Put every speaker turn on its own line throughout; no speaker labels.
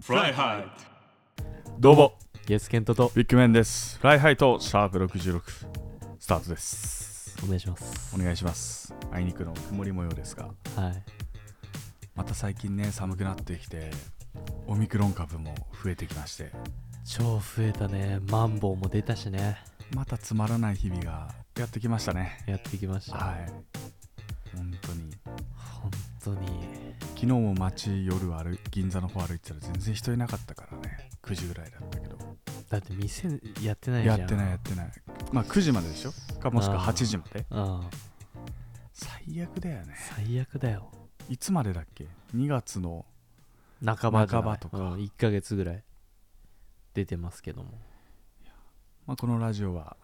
フライハイ
どうも
ゲスケントと
ビッグメンですフライハイとシャープ66スタートです
お願いします
お願いしますあいにくの曇り模様ですが
はい
また最近ね寒くなってきてオミクロン株も増えてきまして
超増えたねマンボウも出たしね
またつまらない日々がやってきましたね
やってきました、
はい本当に
本当に
昨日も街夜歩銀座の方歩いてたら全然人いなかったからね9時ぐらいだったけど
だって店やってないじ
や
ゃん
ってないやってないまあ9時まででしょかもしくは
あー
8時まで
うん
最悪だよね
最悪だよ
いつまでだっけ2月の
半ばじゃない
半ばとか
うん、1ヶ月ぐらい出てますけども
まあ、このラジオは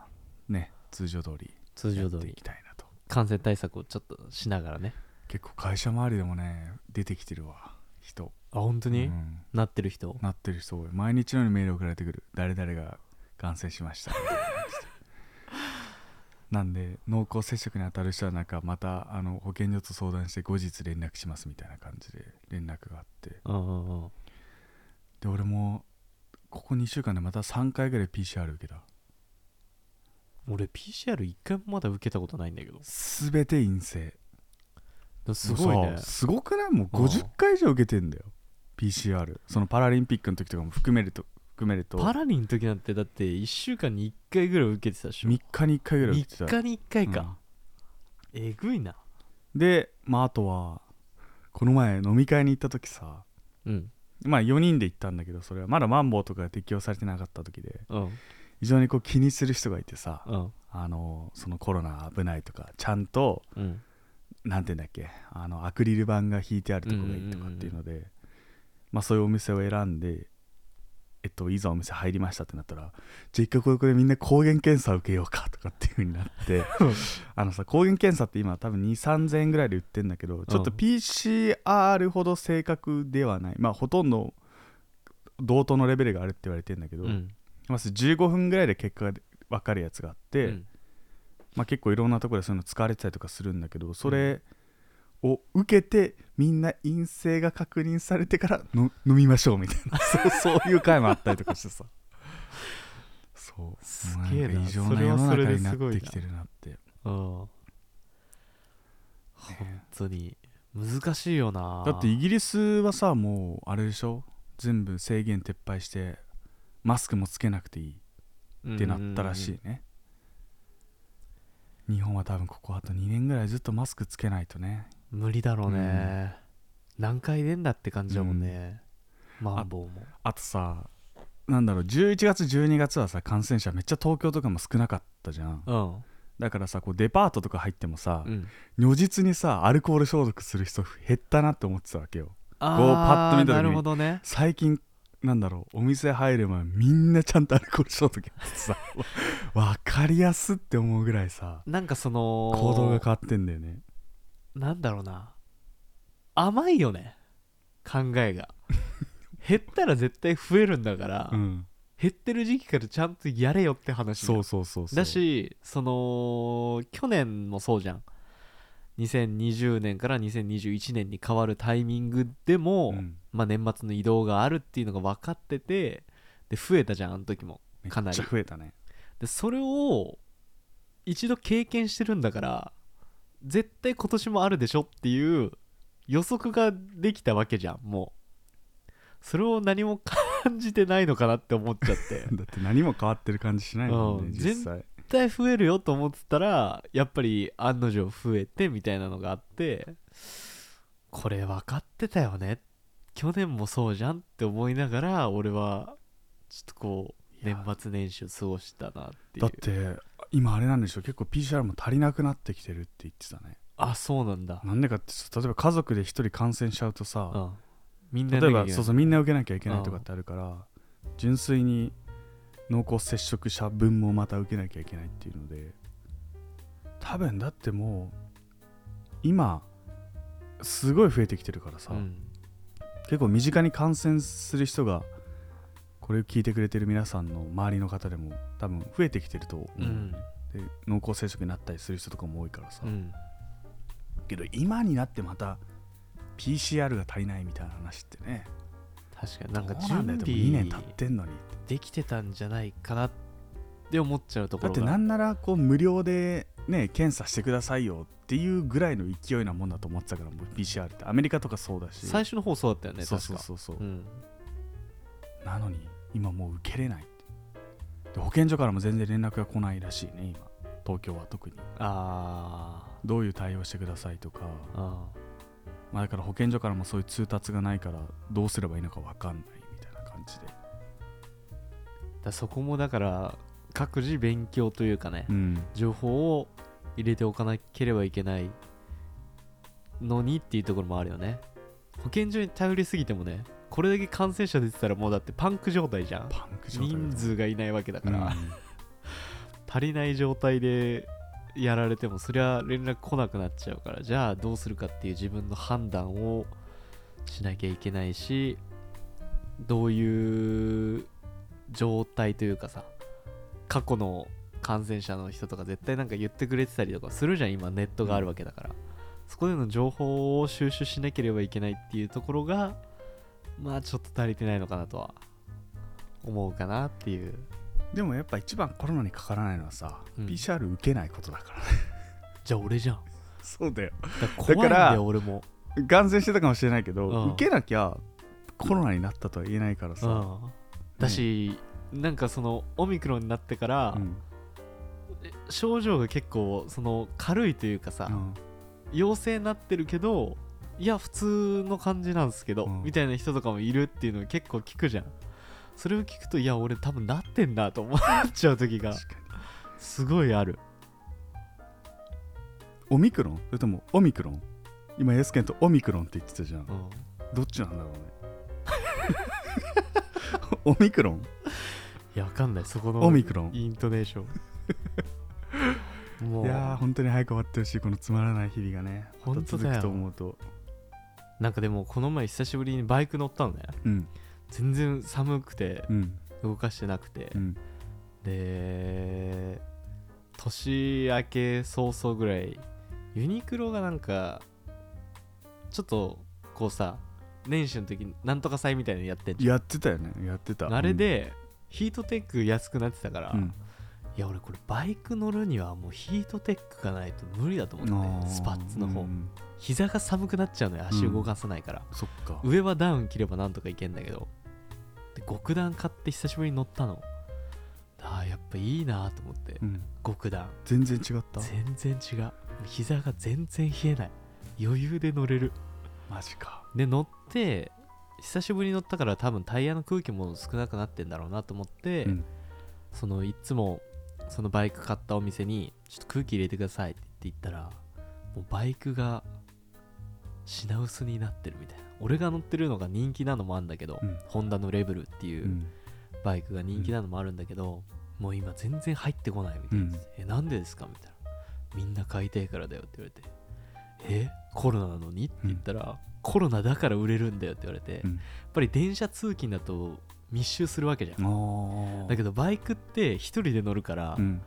ね通常通り
通
や
常
っ
通
てい
り
きたいなと
感染対策をちょっとしながらね
結構会社周りでもね出てきてるわ人
あ本当に、
うん
なってる人
なってる人多い毎日のようにメール送られてくる誰々が感染しました なんで濃厚接触に当たる人はなんかまたあの保健所と相談して後日連絡しますみたいな感じで連絡があって
うんうんうん
で俺もここ2週間でまた3回ぐらい PCR 受けた
俺 PCR1 回もまだ受けたことないんだけど
全て陰性
すごい
もう
ね
さすごくないもう
うん
50回以上受けてんだよ PCR そのパラリンピックの時とかも含めると含めると
パラリンの時なんてだって1週間に1回ぐらい受けてたでしょ
3日に1回ぐらい受けてた
3日に1回か、えぐいな
でまああとはこの前飲み会に行った時さ
うん
まあ4人で行ったんだけどそれはまだマンボウとか適用されてなかった時で
うん
非常にこう気にする人がいてさ
うん
あのそのコロナ危ないとかちゃんと
うん
なんて言うんだっけあのアクリル板が引いてあるとこがいいとかっていうので、まあ、そういうお店を選んで、えっと、いざお店入りましたってなったらじゃあ一回ここでみんな抗原検査受けようかとかっていう風になってあのさ抗原検査って今多分2 3 0円ぐらいで売ってんだけどちょっと
うん
PCR ほど正確ではない、まあほとんど同等のレベルがあるって言われてんだけど、
うん
まず15分ぐらいで結果が分かるやつがあって、
うん
まあ、結構いろんなところでそういうの使われてたりとかするんだけどそれを受けてみんな陰性が確認されてからの飲みましょうみたいな そうそういう回もあったりとかして さそう
すげえなん
か異常
そ
な
れ
世
は
の
それ
中
で
にな
すご
っ
いな
てきてるなって
本当に難しいよな
だってイギリスはさもうあれでしょ全部制限撤廃してマスクもつけなくていいってなったらしいね日本は多分ここあと2年ぐらいずっとマスクつけないとね
うん無理だろうね、何回出んだって感じだもんね、マンボウも
あとさなんだろう11月12月はさ感染者めっちゃ東京とかも少なかったじゃん
うん
だからさこうデパートとか入ってもさ、
うん
如実にさアルコール消毒する人減ったなって思ってたわけよ
あ
こうパッと見た時に
なるほどね
最近なんだろうお店入る前みんなちゃんとアルコール消毒やっててさ わかりやすって思うぐらいさ
なんかその
行動が変わってんだよね
なんだろうな甘いよね考 えが減ったら絶対増えるんだから、
うん
減ってる時期からちゃんとやれよって話
そうそうそうそう
だしその去年もそうじゃん2020年から2021年に変わるタイミングでも、
うん
まあ、年末の移動があるっていうのが分かっててで増えたじゃんあの時も
め
かな
っ
り
ちゃ増えたね
でそれを一度経験してるんだから絶対今年もあるでしょっていう予測ができたわけじゃんもうそれを何も感じてないのかなって思っちゃって
だって何も変わってる感じしないもんね
うん
実際
絶対増えるよと思ってたらやっぱり案の定増えてみたいなのがあってこれ分かってたよね去年もそうじゃんって思いながら俺はちょっとこう
いや
年末年始を過ごしたなっていう
だって今あれなんでしょう結構 PCR も足りなくなってきてるって言ってたね
あそうなんだ
なんでかって例えば家族で1人感染しちゃうと
う
さ、
んみんな
例
で
えばそうそうみんな受けなきゃいけないとかってあるから、純粋に濃厚接触者分もまた受けなきゃいけないっていうので多分だってもう今すごい増えてきてるからさ、
うん
結構身近に感染する人がこれを聞いてくれてる皆さんの周りの方でも多分増えてきてると思う、
うん
で濃厚接触になったりする人とかも多いからさ、
うん
けど今になってまた PCR が足りないみたいな話ってね
確かになんか
どうなんだ
準
よでも2年経
備
ってんのに
できてたんじゃないかなって思っちゃうとこ
だっ
ろ
て
が
なんならこう無料でね検査してくださいよっていうぐらいの勢いなもんだと思ってたからもう PCR ってアメリカとかそうだし
最初の方そうだったよね
そう
確
そう
か
そうそう、
うん
なのに今もう受けれないで保健所からも全然連絡が来ないらしいね今東京は特に
あー
どういう対応してくださいとか、
あ
まあ、だから保健所からもそういう通達がないからどうすればいいのか分かんないみたいな感じで
ーだそこもだから各自勉強というかね
うん
情報を入れておかなければいけないのにっていうところもあるよね保健所に頼りすぎてもねこれだけ感染者出てたらもうだってパンク状態じゃん
パンク状態だ
人数がいないわけだから、
うん
足りない状態でやられてもそりゃ連絡来なくなっちゃうからじゃあどうするかっていう自分の判断をしなきゃいけないしどういう状態というかさ過去の感染者の人とか絶対なんか言ってくれてたりとかするじゃん今ネットがあるわけだから、そこでの情報を収集しなければいけないっていうところがまあちょっと足りてないのかなとは思うかなっていう
でもやっぱ一番コロナにかからないのはさ、
うん
PCR 受けないことだからね
じゃあ俺じゃん
そうだよ
だから怖いん
だか
だ
ら
よ俺も
感染してたかもしれないけど、
うん
受けなきゃコロナになったとは言えないから
う
さ、
んだし、なんかそのオミクロンになってから、
うん
症状が結構その軽いというかさ、
うん
陽性になってるけどいや普通の感じなんですけど、
うん
みたいな人とかもいるっていうのを結構聞くじゃんそれを聞くといや俺多分なってんだと思っちゃう時が
確かに
すごいある
オミクロンそれともオミクロン今ヤスケンとオミクロンって言ってたじゃん
うん
どっちなんだろうね オミクロン
いやわかんないそこの
オミクロン
イントネーション も
いやー
う
本当に早く終わってほしいこのつまらない日々がねまた
本当だよ
続くと思うと
なんかでもこの前久しぶりにバイク乗ったのね
うん
全然寒くて
うん
動かしてなくて、
うん
で年明け早々ぐらいユニクロがなんかちょっとこうさ年始の時になんとか祭みたいなのやってんじ
やってたよねやって
ゃ
た
んあれで、ヒートテック安くなってたから、
うん
いや俺これバイク乗るにはもうヒートテックがないと無理だと思
うんあ
って
ー
てスパッツの方、
うん
膝が寒くなっちゃうのよ足動かさないから、
そっか
上はダウン着ればなんとかいけんだけどで極段買って久しぶりに乗ったのあーやっぱいいなと思って
うん
極段
全然違った
全然違う膝が全然冷えない余裕で乗れる
マジか
で乗って久しぶりに乗ったから多分タイヤの空気も少なくなってんだろうなと思って、
うん
そのいつもそのバイク買ったお店にちょっと空気入れてくださいって言ったらもうバイクが品薄になってるみたいな俺が乗ってるのが人気なのもあるんだけど、
うん
ホンダのレベルっていうう、
ん
バイクが人気なのもあるんだけど、もう今全然入ってこないみたいな、えなんでですかみたいなみんな買いたいからだよって言われてえコロナなのにって言ったら、コロナだから売れるんだよって言われて、
うん
やっぱり電車通勤だと密集するわけじゃん、
ああ
だけどバイクって一人で乗るから、
うん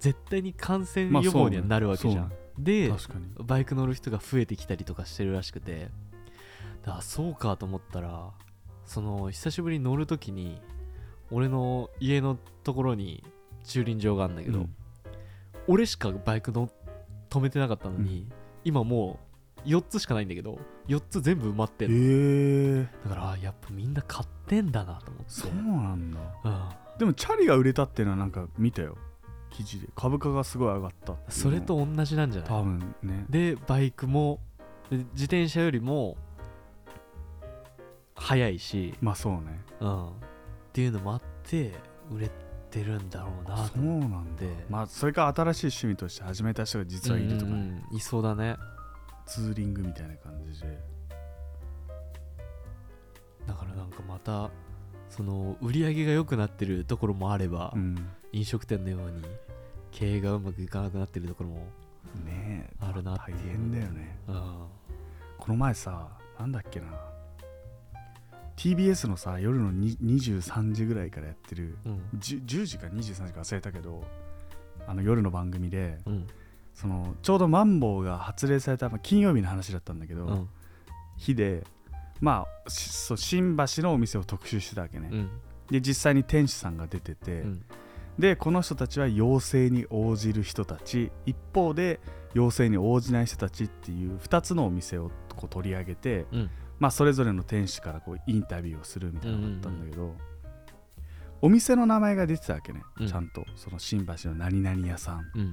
絶対に感染
まあ
予
そう
防
ね
にはなるわけじゃ
そ
ん、
うね
で
確かに
バイク乗る人が増えてきたりとかしてるらしくてだからそうかと思ったらその久しぶりに乗るときに俺の家のところに駐輪場があるんだけど、
うん
俺しかバイクの止めてなかったのに、今もう4つしかないんだけど4つ全部埋まって
え
んの
ー
だからあやっぱみんな買ってんだなと思って
そうなんだ
うん、
でもチャリが売れたっていうのはなんか見たよ記事で株価がすごい上がったっていうの
それと同じなんじゃない
多分ね
でバイクもで自転車よりも速いし、
まあそうね
うん、っていうのもあって売れてるんだろうな
そ
と
う
思っ
なんだ
て
まあそれから新しい趣味として始めた人が実はいるとかね、
うんうんうんいそうだね
ツーリングみたいな感じで
だからなんかまたその売り上げが良くなってるところもあれば、
うん
飲食店のように経営がうまくいかなくなってるところも
ねえ
あるなっ
大
ていう
変だよね
うん
この前さなんだっけな TBS のさ夜のに23時ぐらいからやってる
うん
じゅ 10, 時か23時か忘れたけどあの夜の番組で
うん
そのちょうどマンボウが発令された、まあ金曜日の話だったんだけど、
うん
日でまあしそう新橋のお店を特集してたわけね、
うん
で実際に店主さんが出てて、
うん
でこの人たちは要請に応じる人たち一方で要請に応じない人たちっていう2つのお店をこう取り上げて、
うん
まあ、それぞれの店主からこうインタビューをするみたいなのだったんだけど、お店の名前が出てたわけね、
うん
ちゃんとその新橋の何々屋さん
うん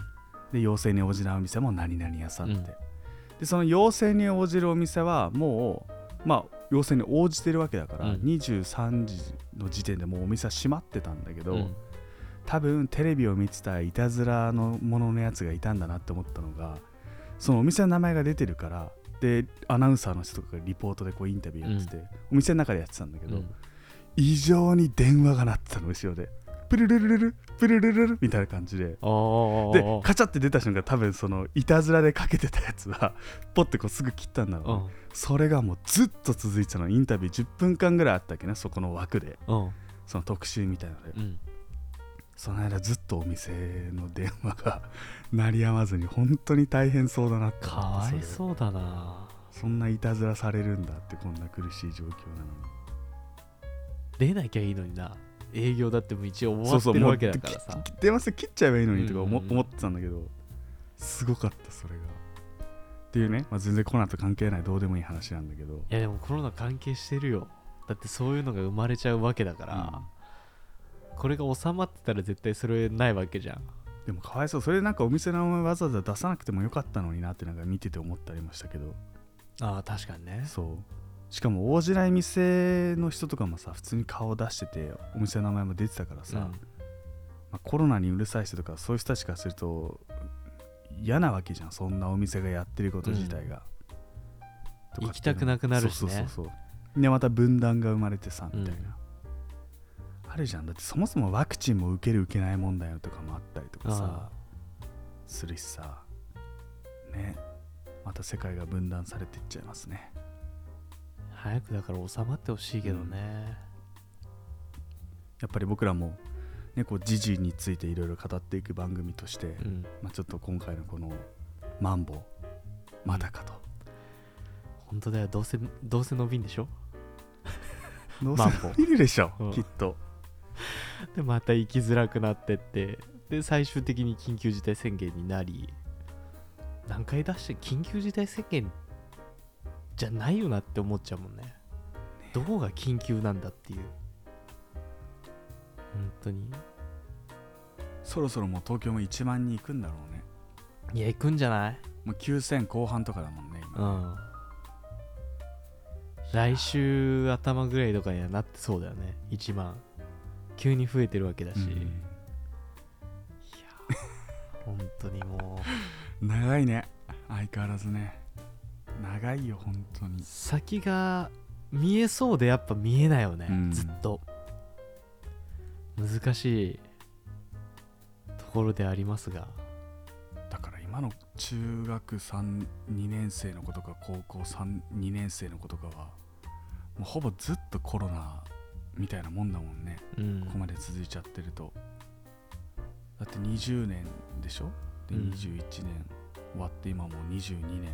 で要請に応じないお店も何々屋さんって、
うん
でその要請に応じるお店はもうまあ要請に応じてるわけだから、
うん
23時の時点でもうお店は閉まってたんだけど、
うん
多分テレビを見てたいたずらのもののやつがいたんだなって思ったのがそのお店の名前が出てるからでアナウンサーの人とかがリポートでこうインタビューやってて、お店の中でやってたんだけ
う
ど、
ん
異常に電話が鳴ってたの後ろでプルルルルルプルルルルみたいな感じで
あー
でカチャって出た瞬間多分そのいたずらでかけてたやつは ポッてこうすぐ切ったんだ
う
ろうね、
ん
それがもうずっと続いてたのインタビュー10分間ぐらいあったっけねそこの枠で
うん
その特集みたいので、
うん
その間ずっとお店の電話が鳴りやまずに本当に大変そうだなって
か
思って
わい
それ
そうだな
そんないたずらされるんだってこんな苦しい状況なのに
出なきゃいいのにな営業だってもう一応終
そ
わ
う
っ
そう
てる
もう
わけだからさ
きき電話して切っちゃえばいいのにとか思,、
うんうんうん
思ってたんだけどすごかったそれがっていうね、まあ、全然コロナと関係ないどうでもいい話なんだけど
いやでもコロナ関係してるよだってそういうのが生まれちゃうわけだから、これが収まってたら絶対それないわけじゃん
でもかわいそうそれなんかお店の名前わざわざ出さなくてもよかったのになってなんか見てて思ったりもしたけど
ああ確かにね
そうしかも応じない店の人とかもさ普通に顔出しててお店の名前も出てたからさ、
うん
まあコロナにうるさい人とかそういう人たちからすると嫌なわけじゃんそんなお店がやってること自体が、とかっていうの
行きたくなくなるし
そ
ね
うそうそうそうでまた分断が生まれてさみたいな、あるじゃんだってそもそもワクチンも受ける受けない問題とかもあったりとかさ
あ
するしさねまた世界が分断されていっちゃいますね
早くだから収まってほしいけどね、
やっぱり僕らも、ね、こう時事についていろいろ語っていく番組として、
うん
まあ、ちょっと今回のこの「マンボウまだかと」
本当だよどうせどうせ伸びんでしょ
どう
マンボウ
見るでしょ、
うん
きっと
でまた行きづらくなってってで最終的に緊急事態宣言になり何回出して緊急事態宣言じゃないよなって思っちゃうもんねどこが緊急なんだっていう本当に
そろそろもう東京も1万人いくんだろうね
いや行くんじゃない
もう9000後半とかだもんね今
うん来週頭ぐらいとかにはなってそうだよね1万急に増えてるわけだし、本当にもう
うん長いね相変わらずね長いよ本当に
先が見えそうでやっぱ見えないよね、
うん
ずっと難しいところでありますが
だから今の中学32年生の子とか高校32年生の子とかはもうほぼずっとコロナみたいなもんだもんね、
うん
ここまで続いちゃってるとだって20年でしょで
うん
21年終わって今もう22年で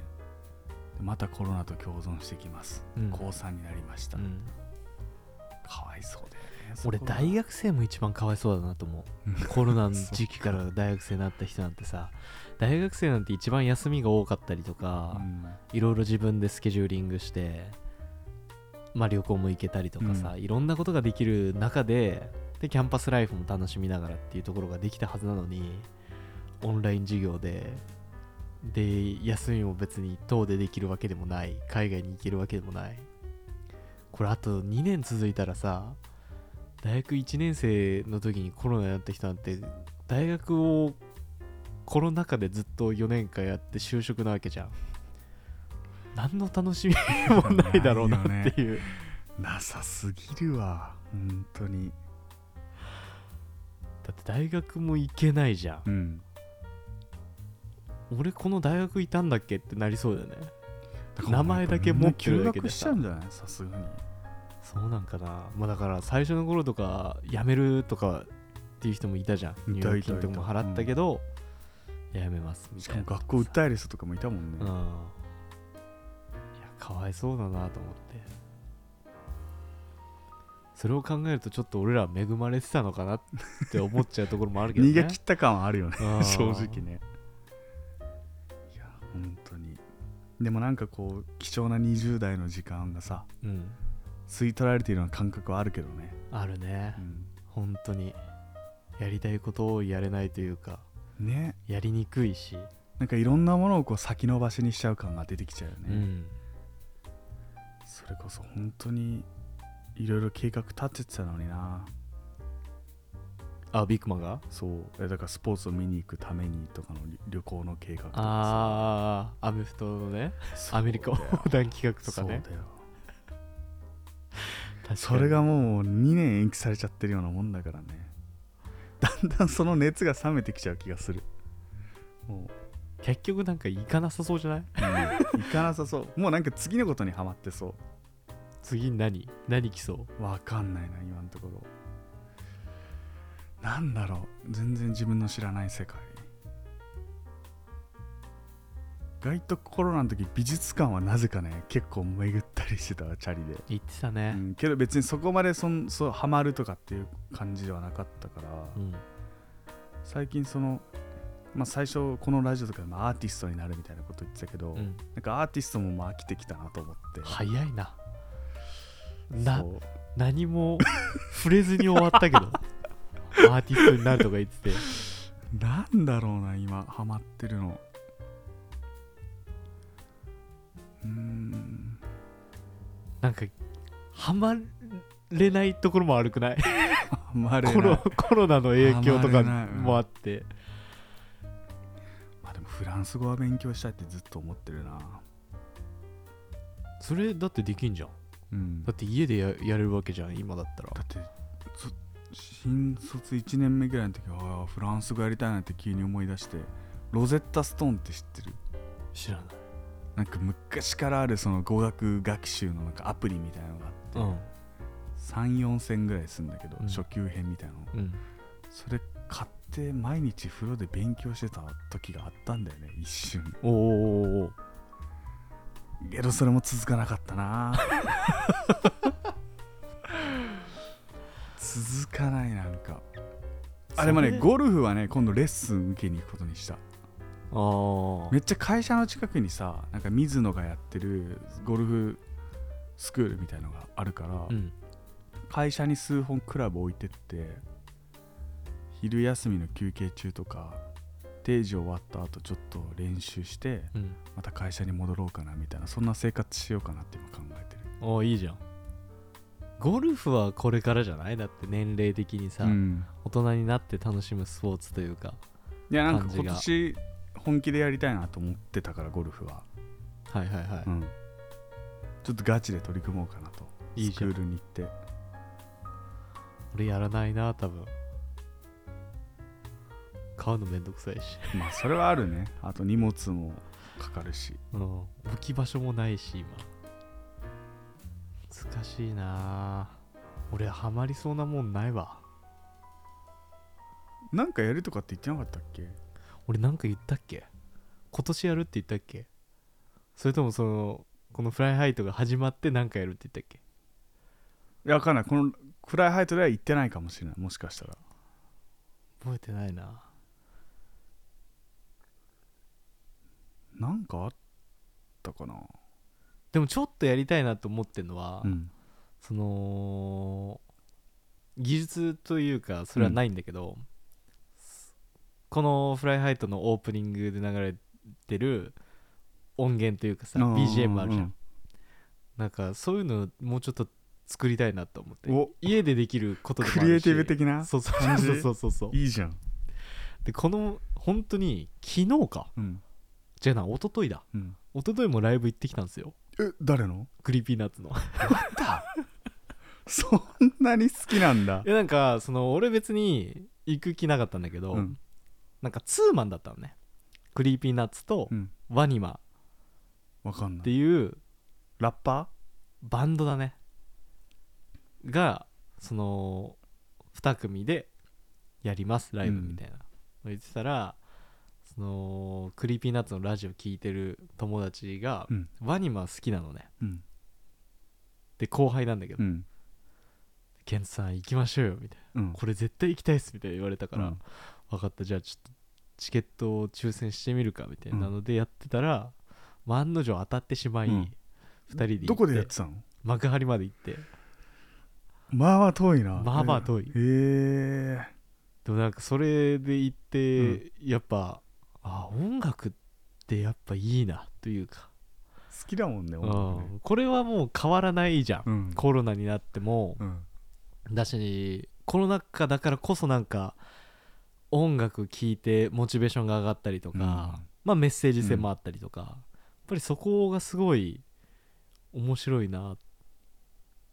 またコロナと共存してきます、
うん
高3になりました、
うん
かわいそうだよねそ
俺
こが
大学生も一番かわいそうだなと思
うん
うコロナの時期から大学生になった人なんてさ大学生なんて一番休みが多かったりとか、
うん
いろいろ自分でスケジューリングして、まあ、旅行も行けたりとかさ、
う
いろんなことができる中ででキャンパスライフも楽しみながらっていうところができたはずなのにオンライン授業でで休みも別に遠出できるわけでもない海外に行けるわけでもないこれあと2年続いたらさ大学1年生の時にコロナになった人なんて大学をコロナ禍でずっと4年間やって就職なわけじゃん何の楽しみもないだろうなっていう
なさすぎるわ本当に
だって大学も行けないじゃん
うん
俺この大学いたんだっけってなりそうだよね
から
名前だけ持ってるだけ
みんな休
で
学しちゃうんじゃないさすがに
そうなんかなまあだから最初の頃とか辞めるとかっていう人もいたじゃん
い
入
た
学金とかも
いたいた
払ったけど辞めますみ
したか
いな
も学校訴える人とかもいたもんね、
うんいやかわいそうだなと思ってそれを考えるとちょっと俺ら恵まれてたのかなって思っちゃうところもあるけ どね
逃げ切った感はあるよね
あー
正直ねいや本当にでもなんかこう貴重な20代の時間がさ
うん
吸い取られているような感覚はあるけどね、
あるね
うん
本当にやりたいことをやれないというか
ね
やりにくいし、
なんかいろんなものをこう先延ばしにしちゃう感が出てきちゃうよね、
うん
それこそ本当にいろいろ計画立ててたのにな
あビッグマンが
そうえだからスポーツを見に行くためにとかの旅旅行の計画とかさ
ああアメフトのね
そう
アメリカ横断企画と
そ
かね
うだよ
確かに
それがもう2年延期されちゃってるようなもんだからねだんだんその熱が冷めてきちゃう気がするも、
結局なんか行かなさそうじゃないう
うん、行かなさそうもうなんか次のことにはまってそ
次何何来そう
うわかんないな今のところなんだろう全然自分の知らない世界外とコロナの時美術館はなぜかね結構巡ったりしてたわチャリで
言ってた
う
ね
ん、けど別にそこまでそんそうハマるとかっていう感じではなかったから、
うん
最近その、まあ、最初このラジオとかでもアーティストになるみたいなこと言ってたけど、
うん
なんかアーティストもまあ飽きてきたなと思って、
早いなな
そう
何も触れずに終わったけ どアーティストになるとか言ってて
なんだろうな今ハマってるのうーん
なんかハマれないところも悪くない
ハマれない
コロコロナの影響と
ハマれ
か
ないうん
もあって
まあ、でもフランス語は勉強したいってずっと思ってるな
それだってできんじゃん
うん
だって家でややれるわけじゃん今だったら
だってそ新卒1年目ぐらいの時はあーフランス語やりたいなって急に思い出してロゼッタ・ストーンって知ってる
知らない
なんか昔からあるその語学学習のなんかアプリみたいなのがあって、
うん
34戦ぐらいするんだけど、
うん
初級編みたいなの
うん
それ買って毎日風呂で勉強してた時があったんだよね一瞬
おーおーおーおー
けどそれも続かなかった な続かないなんかあでもね
それ
ゴルフはね今度レッスン受けに行くことにした
あ
めっちゃ会社の近くにさなんか水野がやってるゴルフスクールみたいのがあるから、
あうん
会社に数本クラブ置いてって昼休みの休憩中とか定時終わった後ちょっと練習して
うん
また会社に戻ろうかなみたいなそんな生活しようかなって今考えてる
おーいいじゃんゴルフはこれからじゃないだって年齢的にさ、
うん、
大人になって楽しむスポーツというか
いやなんか
感じが
今年本気でやりたいなと思ってたからゴルフは、
はいはいはい、
うん、ちょっとガチで取り組もうかなと
いい
ス
じ
ク
ゃん
ールに行って
俺やらないな多分買うのめんどくさいし、
まあそれはある ねあと荷物もかかるし
うん、置き場所もないし今難しいなぁ俺ハマりそうなもんないわ
なんかやるとかって言ってなかったっけ
俺なんか言ったっけ今年やるって言ったっけそれともそのこのフライハイトが始まって何かやるって言ったっけ
いやわかんないこのフライハイトでは行ってないかもしれないもしかしたら
覚えてないな
なんかあったかな
でもちょっとやりたいなと思ってんのは、
うん
その技術というかそれはないんだけど、この「フライハイト」のオープニングで流れてる音源というかさ BGM あるじゃん、
うん
なんかそういうのもうちょっと作りたいなと思って
お
家でできることでもあるし
クリエイティブ的な
そうそう
感じ
そうそうそうそう
いいじゃん
でこの本当に昨日か
うん
じゃあな一昨日だ
うん
一昨日もライブ行ってきたんですよ
え誰の
クリーピーナッツの
そんなに好きなんだ
いやなんかその俺別に行く気なかったんだけど、
うん
なんかツーマンだったのねクリーピーナッツと
うん
ワニマ
わかん
っ
な
て
い
いう
ラッパ
バンドだねがその2組でやりますライブみたいな、言ってたらそのクリーピーナッツのラジオ聞いてる友達が、
うん
ワニマ好きなのね
ーうん
で後輩なんだけど、
うん
ケンツさん行きましょうよみたいな
うん
これ絶対行きたいっすみたいな言われたから、
うん
分かったじゃあちょっとチケットを抽選してみるかみたいな
うん
のでやってたら、まあ案の定当たってしまい、
う
二
ん
2人で行って
どこでやってたの
幕張まで行って
まあまあ遠いな
まあまあ遠い
へえ
でもなんかそれで行って、
うん
やっぱあ音楽ってやっぱいいなというか、
好きだもんね音楽ね
うんこれはもう変わらないじゃん、
うん
コロナになっても、
うん
だしコロナ禍だからこそなんか音楽聴いてモチベーションが上がったりとか、
うん
まあ、メッセージ性もあったりとか、やっぱりそこがすごい面白いなっ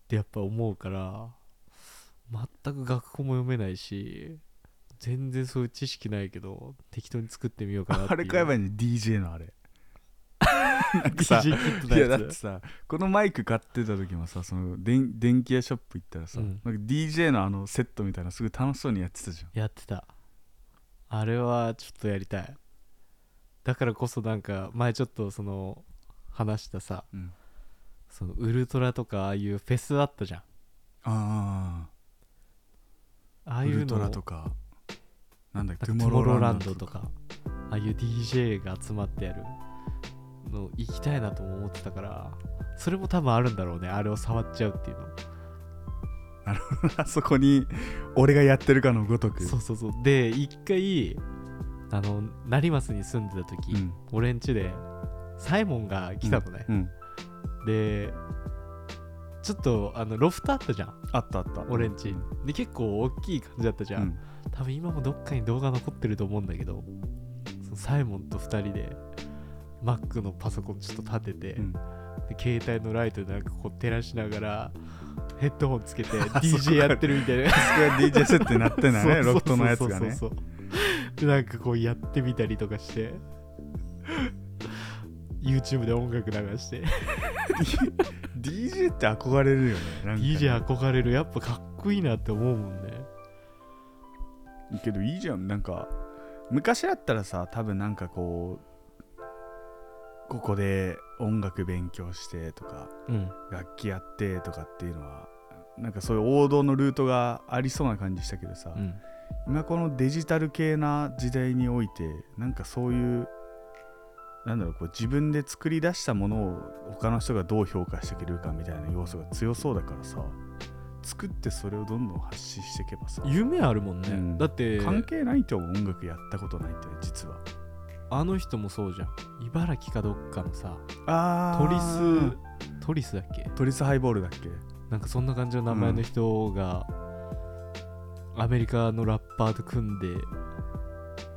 てやっぱ思うから全く楽譜も読めないし全然そういう知識ないけど適当に作ってみようかなっ
あ
ていう
れ買えばいいね DJ のあれなんかさ
DJ キット
い
の
や
やつ
だってさこのマイク買ってた時もさそのでん電気屋ショップ行ったらさ、
うん
なんか DJ のあのセットみたいなのすごい楽しそうにやってたじゃん
やってたあれはちょっとやりたいだからこそなんか前ちょっとその話したさ
うん、
そのウルトラとかああいうフェスあったじゃん
あ
あ
あ
あ
ウ
いうの
ルトラ
を
とかなんだっけ
なんかトゥモローランドとかああいう DJ が集まってやるの行きたいなとも思ってたからそれも多分あるんだろうねあれを触っちゃうっていうの
あそこに俺がやってるかのごとく
そうそうそうで一回あの成増に住んでた時、
うん
俺ん家でサイモンが来たのね、
うん、
でちょっとあのロフトあったじゃん
あったあった
俺ん家
うん
で結構大きい感じだったじゃん、
うん
多分今もどっかに動画残ってると思うんだけどそのサイモンと2人で Mac のパソコンちょっと立てて、
うん
で携帯のライトでなんかこう照らしながらヘッドホン つけて
そ
DJ
こから
やってるみたいな
あそこが DJ セットになってんだね
そう
ロフトのやつがね
そうそうそうでなんかこうやってみたりとかして YouTube で音楽流して
DJ って憧れるよねなんかね
DJ 憧れるやっぱかっこいいなって思うもんね
けどいいじゃんなんか昔だったらさ多分なんかこうここで音楽勉強してとか
うん
楽器やってとかっていうのはなんかそういう王道のルートがありそうな感じしたけどさ、
うん
今このデジタル系な時代においてなんかそういうなんだろうこう自分で作り出したものを他の人がどう評価してくれるかみたいな要素が強そうだからさ作ってそれをどんどん発信していけばさ
夢あるもんね、
うん
だって
関係ないと思う音楽やったことないって実は
あの人もそうじゃん茨城かどっかのさ
あ
トリストリスだっけ
トリスハイボールだっけ
なんかそんな感じの名前の人が、アメリカのラッパーと組んで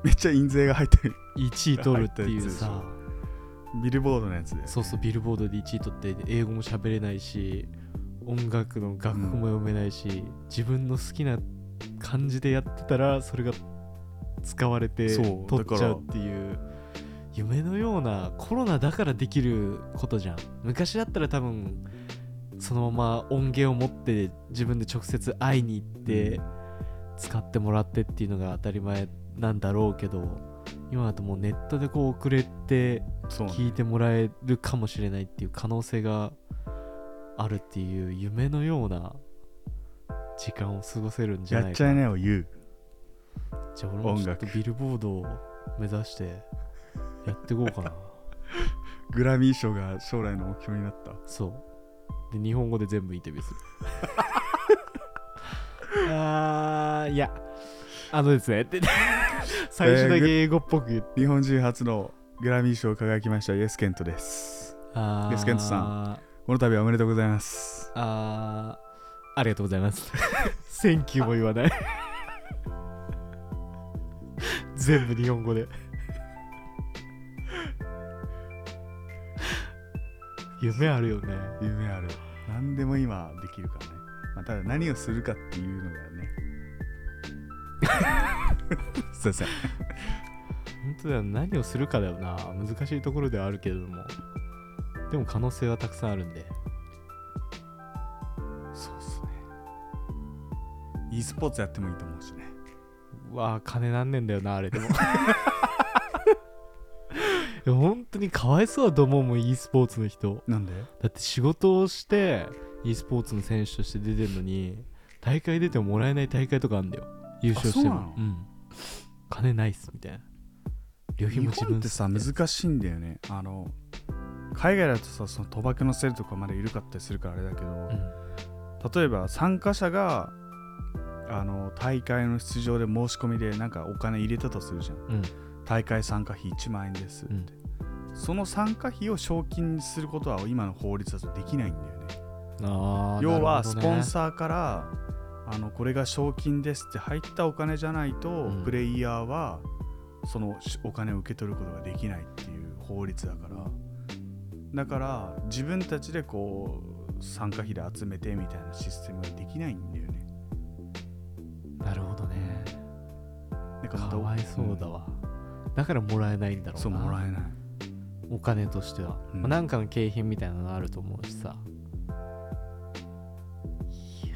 めっちゃ印税が入ってる
1位取るっていう
入っ
さ
たビルボードのやつで
そうそうビルボードで1位取って英語も喋れないし音楽の楽譜も読めないし、自分の好きな感じでやってたらそれが使われて
そう
取っちゃ
だ
う
か
っていう夢のようなコロナだからできることじゃん昔だったら多分そのまま音源を持って自分で直接会いに行って使ってもらってっていうのが当たり前なんだろうけど今だともうネットでこう送れて
そう
聞いてもらえるかもしれないっていう可能性があるっていう夢のような時間を過ごせるんじゃ
や
な
っ
い
ちゃいなよ YOU
じゃあ俺も
音
ちょっ
楽
とビルボードを目指してやっていこうかな
グラミー賞が将来の目標になった
そうで日本語で全部インタビューするあーいやあのですねって最初だけ英語っぽく言って、
日本人初のグラミー賞を輝きましたイエスケントです
あ
ゲスケンツさ
ん
この度はおめでとうございます
あーありがとうございます。センキューも言わない。全部日本語で。夢あるよね。
夢ある何でも今できるからね、まあ、ただ何をするかっていう のがねすいません
本当だよ、何をするかだよな。難しいところではあるけれども。でも可能性はたくさんあるんで。
そうっすね e スポーツやってもいいと思うしね
うわあ、金なんねんだよな、あれでも。いや本当にかわいそうだと思うもん、e スポーツの人。
なんで
だって仕事をして e スポーツの選手として出てるのに大会出てももらえない大会とかあるんだよ優勝して
あそうなの
もうん金ないっすみたいな旅費
日
も自
本
分
ってさ
っすみたい
難しいんだよねあの海外だとさその賭博のセルとかまで緩かったりするからあれだけど、
な
例えば参加者があの大会の出場で申し込みでなんかお金入れたとするじゃん、
うん
大会参加費1万円ですって、
うん
その参加費を賞金にすることは今の法律だとできないんだよね
うんあー
要は
なる
ス
ほど
ポ
ね
ンサーから、あのこれが賞金ですって入ったお金じゃないと、
うん
プレイヤーはそのしお金を受け取ることができないっていう法律だからだから自分たちでこう参加費で集めてみたいなシステムができないんだよね
なるほどね
なんかまた
かわいそうだわ、だからもらえないんだ
うん
ろ
そううもら
な
えない
お金としては、
うん
まあなんかの景品みたいなのがあると思うしさいや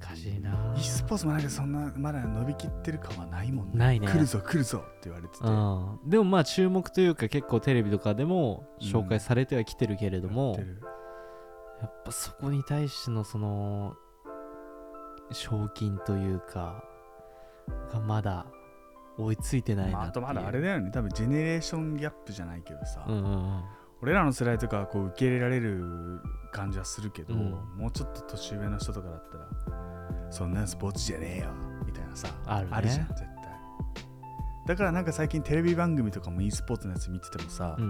難しいな
e スポーツもなんかそんなまだ伸びきってる感はないもんね
ないね
来るぞ来るぞって言われてて
うん、でもまあ注目というか結構テレビとかでも紹介されてはきてるけれど
や
も、
ってる
やっぱそこに対してのその賞金というかがまだ追いついてない
まあ、あ
なってい
と
う、
まだあれだよね多分ジェネレーションギャップじゃないけどさ、
うんうん
俺らの世代とかはこう受け入れられる感じはするけど、
うん
もうちょっと年上の人とかだったらそんなスポーツじゃねえよみたいなさ
あるね
じゃん絶対だからなんか最近テレビ番組とかも e スポーツのやつ見ててもさ
う、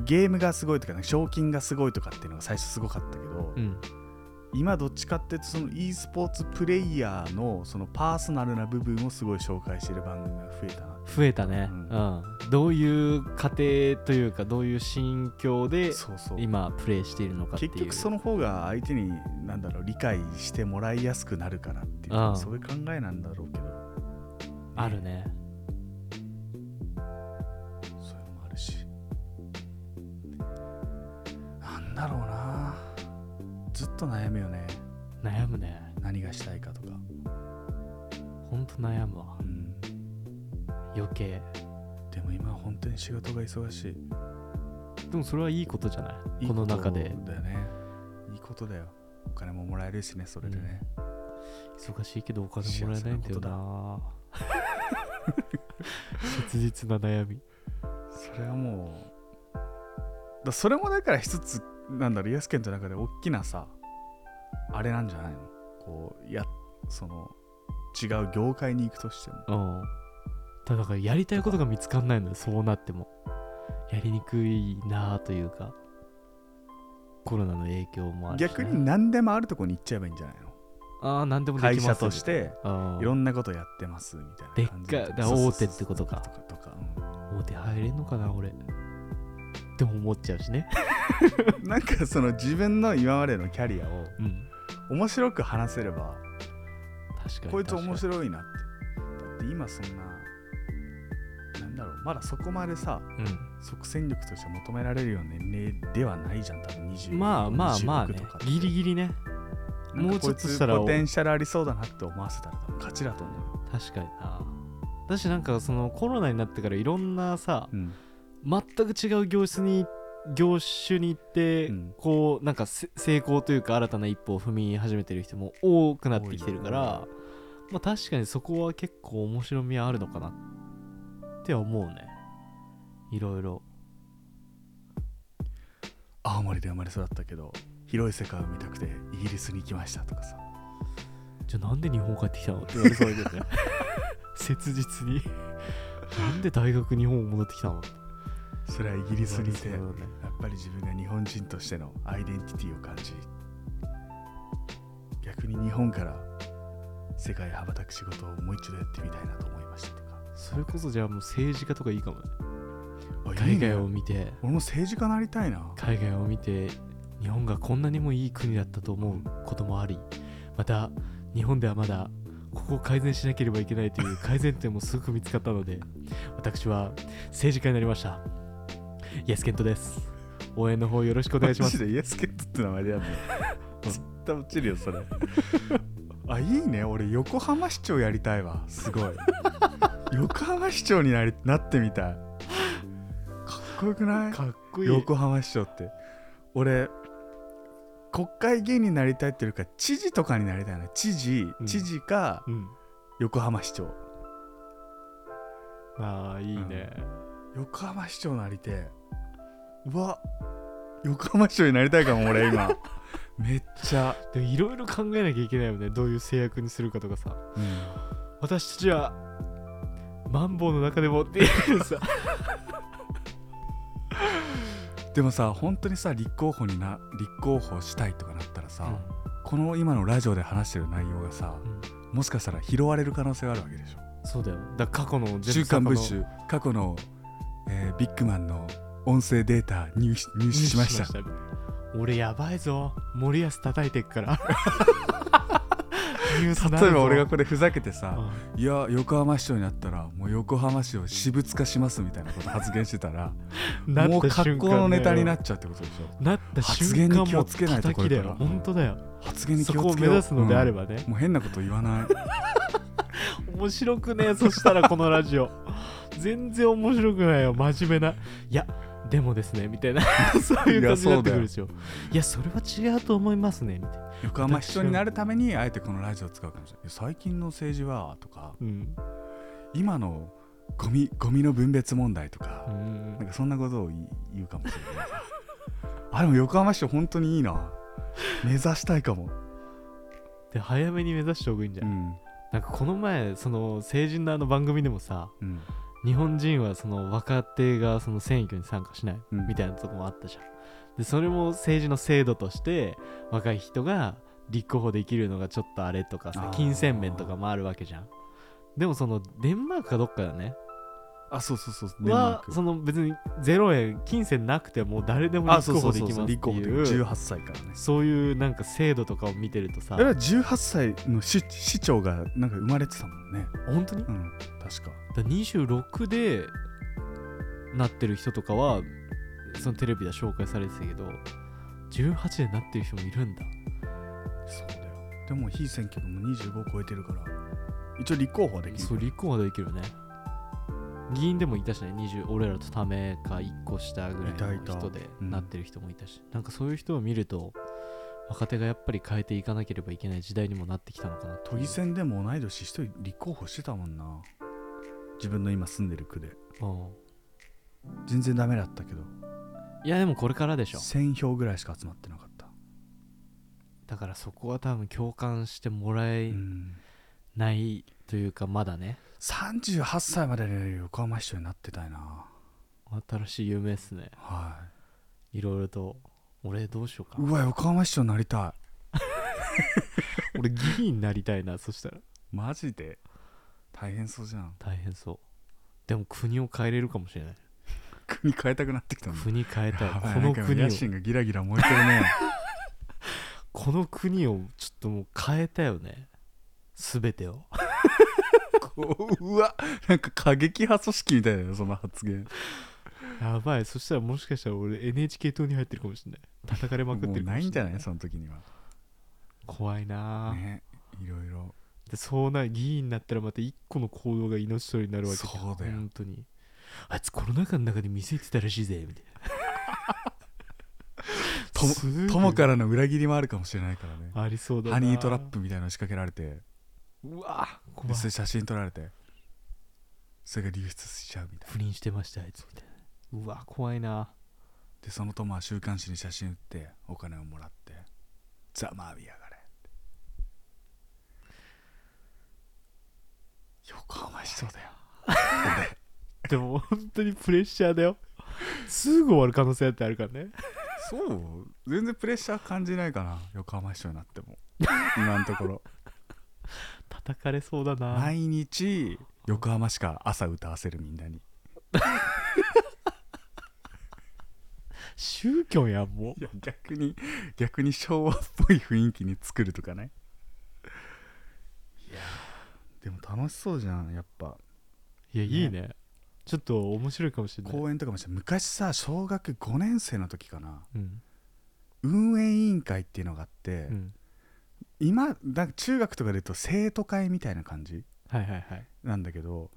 ん
ゲームがすごいとかなんか賞金がすごいとかっていうのが最初すごかったけど、
うん
今どっちかっていうとその e スポーツプレイヤーのそのパーソナルな部分をすごい紹介してる番組が増えたな
増えたね、う
うん
どういう過程というかどういう心境で
そうそう
今プレイしているのかっていう
結局その方が相手になんだろう理解してもらいやすくなるからっていう
ああ
そういう考えなんだろうけど
あるね
そういうのもあるしなんだろうなずっと悩むよね
悩むね
何がしたいかとか、
ほんと悩むわ
うん、
余計
でも今は本当に仕事が忙しい
でもそれはいいことじゃない
いい
この
と
中で
だよねいいことだよお金ももらえるしねそれでね、
忙しいけどお金もらえないんだよな切実な悩み
それはもうだそれもだから一つなんだろう安健の中で大きなさあれなんじゃないのこうやその違う業界に行くとしても
うんただだからやりたいことが見つかんないのよそうなってもやりにくいなというかコロナの影響もあるしね、
逆に何でもあるとこに行っちゃえばいいんじゃないの
ああ何でもでき
会
ますよ
社として
うん
いろんなことやってますみたいな
でっ
感じ
かいだから大手ってことか
そうそうそうとかとか
お手入れんのかな俺って思っちゃうしね
うんなんかその自分の今までのキャリアを
うん
面白く話せれば
確かに
こいつ
確かに
面白いなってだって今そんななんだろうまだそこまでさ即戦力として求められるような年齢ではないじゃん多分
う
20
んまあまあまあねギリギリね
リ
もうちょっとしたら
ポテンシャルありそうだなって思わせたら多分勝ちだと思うよ、
確かになだしなんかそのコロナになってからいろんなさ
うん、
全く違う業種に業種に行って、
うん
こうなんかせ成功というか新たな一歩を踏み始めてる人も多くなってきてるから、まあ、確かにそこは結構面白みはあるのかなって思うねいろいろ
青森で生まれ育ったけど広い世界を見たくてイギリスに行きましたとかさ
じゃあなんで日本帰ってきたのって言われそうだけどね 切実になんで大学日本戻ってきたのって
それはイギリスにいてや
言われそうだね
っぱり自分が日本人としてのアイデンティティを感じ逆に日本から世界へ羽ばたく仕事をもう一度やってみたいなと思いましたとか
それこそじゃあもう政治家とかいいかもね
あいい
海
ね
外を見て
俺も政治家なりたいな
海外を見て日本がこんなにもいい国だったと思うこともありまた日本ではまだここを改善しなければいけないという改善点もすごく見つかったので私は政治家になりましたイエスケントです応援の方よろしくお願いしま
マ
す
ジでイエスケットって名前で やるの絶対落ちるよそれ あいいね俺横浜市長やりたいわすごい 横浜市長になりなってみたいかっこよくない
かっこいい
横浜市長って俺国会議員になりたいっていうよりか知事とかになりたいな知事
うん
知事か
うん
横浜市長、
ああいいね、
横浜市長なりてえうわ横浜市長になりたいかも俺 今めっちゃ、
でもいろいろ考えなきゃいけないよねどういう制約にするかとかさ私たちはマンボウの中でもっていうさ
でもさ本当にさ立候補にな立候補したいとかなったらさ、この今のラジオで話してる内容がさ
うん
もしかしたら拾われる可能性があるわけでしょ
そうだよだから過去の全部
週刊
過
文春過去
去の
の、えービッグマンの音声データ入手入手しました
俺やばいぞ森保叩いてっから ニュースなるぞ
例えば俺がこれふざけて
う
さ
ん
「いや横浜市長になったらもう横浜市を私物化します」みたいなこと発言してたら
な
も
っ
う
た
格
瞬
好
間だよ
のネタになっちゃうってことでしょ
なった
発言
瞬間
に気をつけないと
もう叩きだよ
これから
本当だよ
発言に
そ
気
こ
を
を
つけ
目
よう
指すのであれ
ば、
ばね
うん、もう変なこと言わない
面白くねえそしたらこのラジオ全然面白くないよ真面目ないやでもですねみ たいなそういう感じになってくるでしょいやそれは違うと思いますねみたいな、
横浜市長になるためにあえてこのラジオを使うかもしれないいや最近の政治はとか
うん
今のゴミゴミの分別問題とか、
うん
なんかそんなことを言い言うかもしれない。あでも横浜市長本当にいいな。目指したいかも。
で早めに目指した方がいいんじゃ
う
ない、
ん
なんかこの前その成人のあの番組でもさ
うん
日本人はその若手がその選挙に参加しない
うん
みたいなとこもあったじゃん、でそれも政治の制度として若い人が立候補できるのがちょっとあれとかさ
あー
金銭面とかもあるわけじゃんでもそのデンマークかどっかだね
あそうそうそう。デンマー
は
ク
その別に0円金銭なくても誰でも
あ
立
そう
候
そ
補
う
で
そうそう。
きますって
立候補できる
いう
18歳からね。
そういうなんか制度とかを見てるとさ
あれは18歳の市市長がなんか生まれてたもんね。
本当に
うん確か。
だから26でなってる人とかはそのテレビでは紹介されてたけど18でなってる人もいるんだ
そうだよ。でも非選挙区も25超えてるから一応立候補はできる。
そう立候補はできるね議員でもいたしね20俺らとためか1個下ぐらい
いたい
の
た
人で
うん
なってる人もいたし、なんかそういう人を見ると若手がやっぱり変えていかなければいけない時代にもなってきたのかなと
都議選でも同い年一人立候補してたもんな。自分の今住んでる区で
うん
全然ダメだったけど
いやでもこれからでしょ
1000票ぐらいしか集まってなかった。
だからそこは多分共感してもら
う
え
ん
ないというかまだね
38歳までに横浜市長になってたいな
新しい夢っすね
はい
ろいろと俺どうしようか
いうわ横浜市長になりた
俺議員になりたいなそしたら
いマジで大変そうじゃん
大変そうでも国を変えれるかもしれない
国変えたくなってきたの
国変えたい
やばい
この
なんか
国を
野心がギラギラ燃えてるね
この国をちょっともう変えたよね全てを
こ ううわなんか過激派組織みたいだよその発言
やばいそしたらもしかしたら俺 NHK 党に入ってるかもしれない叩かれまくっ
も
て
う
るか
な
もしれない
いんじゃないその時には
怖いなあ、
ねいろいろ
でそうな議員になったらまた一個の行動が命取りになるわけじゃん
そうだよ
本当にあいつコロナ禍の中で店行ってたらしいぜみたい
と
な
も
すぐ
友からの裏切りもあるかもしれないからね
ありそうだな
ハニートラップみたいなの仕掛けられて
うわ怖
で
い
それ写真撮られてそれが流出しちゃうみたいな
不倫してましたあいつみたいなうわ怖いな
でその友は週刊誌に写真売ってお金をもらってざまあみやがれ横浜市長だよ
でも本当にプレッシャーだよすぐ終わる可能性だってあるからね
そう全然プレッシャー感じないかな横浜市長になって も今のところ
叩かれそうだな、
毎日横浜市から朝歌わせるみんなに
宗教やんも
いや逆に逆に昭和っぽい雰囲気に作るとかねいやでも楽しそうじゃんやっぱ
ういやいいねちょっと面白いかもしれない、
公演とかもして昔さ小学5年生の時かな
うん
運営委員会っていうのがあって、
うん、
今なんか中学とかで言うと生徒会みたいな感じ
はいはいはい
なんだけど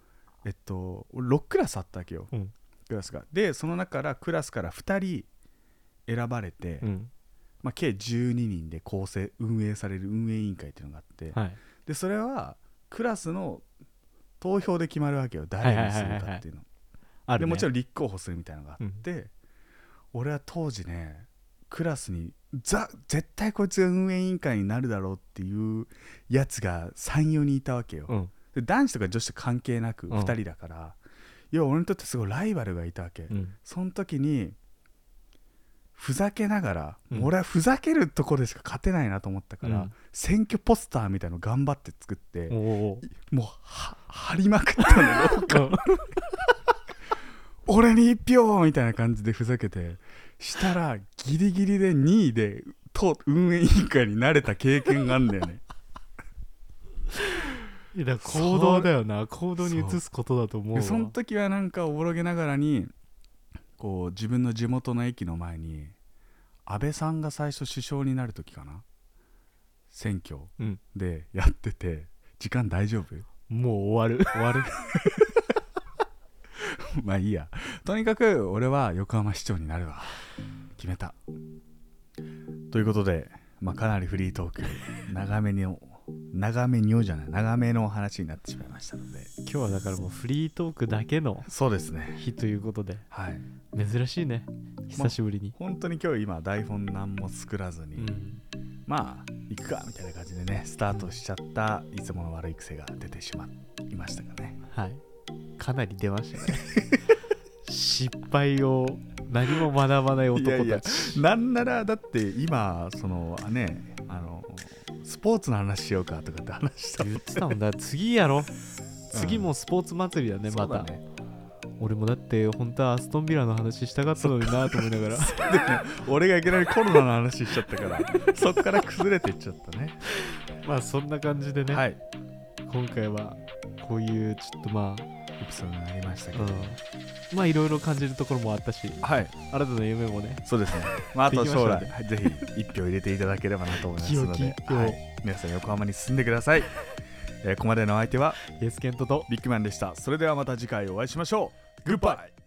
えっと俺6クラスあったわけよ、
うん
クラスがでその中からクラスから2人選ばれて、
うん
まあ、計12人で構成運営される運営委員会っていうのがあって、
はい
でそれはクラスの投票で決まるわけよ誰にするかっていうの、
ある
で
ね
もちろん立候補するみたいなのがあって、俺は当時ねクラスにザ絶対こいつが運営委員会になるだろうっていうやつが34人いたわけよ、
うん
で男子とか女子と関係なく
うん
2人だから、要は俺にとってすごいライバルがいたわけ、
うん
その時にふざけながら、
うん
俺はふざけるとこでしか勝てないなと思ったから、
うん
選挙ポスターみたいの頑張って作って、
おお
もうは貼りまくったのよ俺に1票みたいな感じでふざけてしたらギリギリで2位で党運営委員会になれた経験があるんだよね
いやだから行動だよな行動に移すことだと思う
で
わ
その時はなんかおぼろげながらにこう自分の地元の駅の前に安倍さんが最初首相になる時かな選挙
うん
でやってて時間大丈夫
もう終わる
終わる まあいいやとにかく俺は横浜市長になるわ決めたということで、まあ、かなりフリートーク 長めにお長めにおじゃない長めのお話になってしまいましたので
今日はだからもうフリートークだけの
そうですね
日ということで
はい
珍しいね久しぶりに、
本当に今日今台本何も作らずに、
うん
まあ行くかみたいな感じでねスタートしちゃったいつもの悪い癖が出てしまいましたがね
はいかなり出ましたね失敗を何も学ばない男たち
いやいやなんならだって今そのねあのスポーツの話しようかとかって話したもん
言ってたもんだ次やろ次もスポーツ祭りだね、
そ
ま
うだ
た、
ね
俺もだって本当はアストンビラの話したかったのになと思いながら
俺がいきなりコロナの話しちゃったからそっから崩れていっちゃったね
まあそんな感じでね、
はい
今回はこういうちょっとまあ、
エピソードになりましたけ
う
ど、
ん、まあいろいろ感じるところもあったし
はい
新たな夢もね
そうですね、まあ、あと将来
でき
ぜひ1票入れていただければなと思います の
清
で
き一、票
はい、皆さん横浜に住んでください、えーここまでのお相手は
イエスケントと
ビッグマンでしたそれではまた次回お会いしましょうグッバイ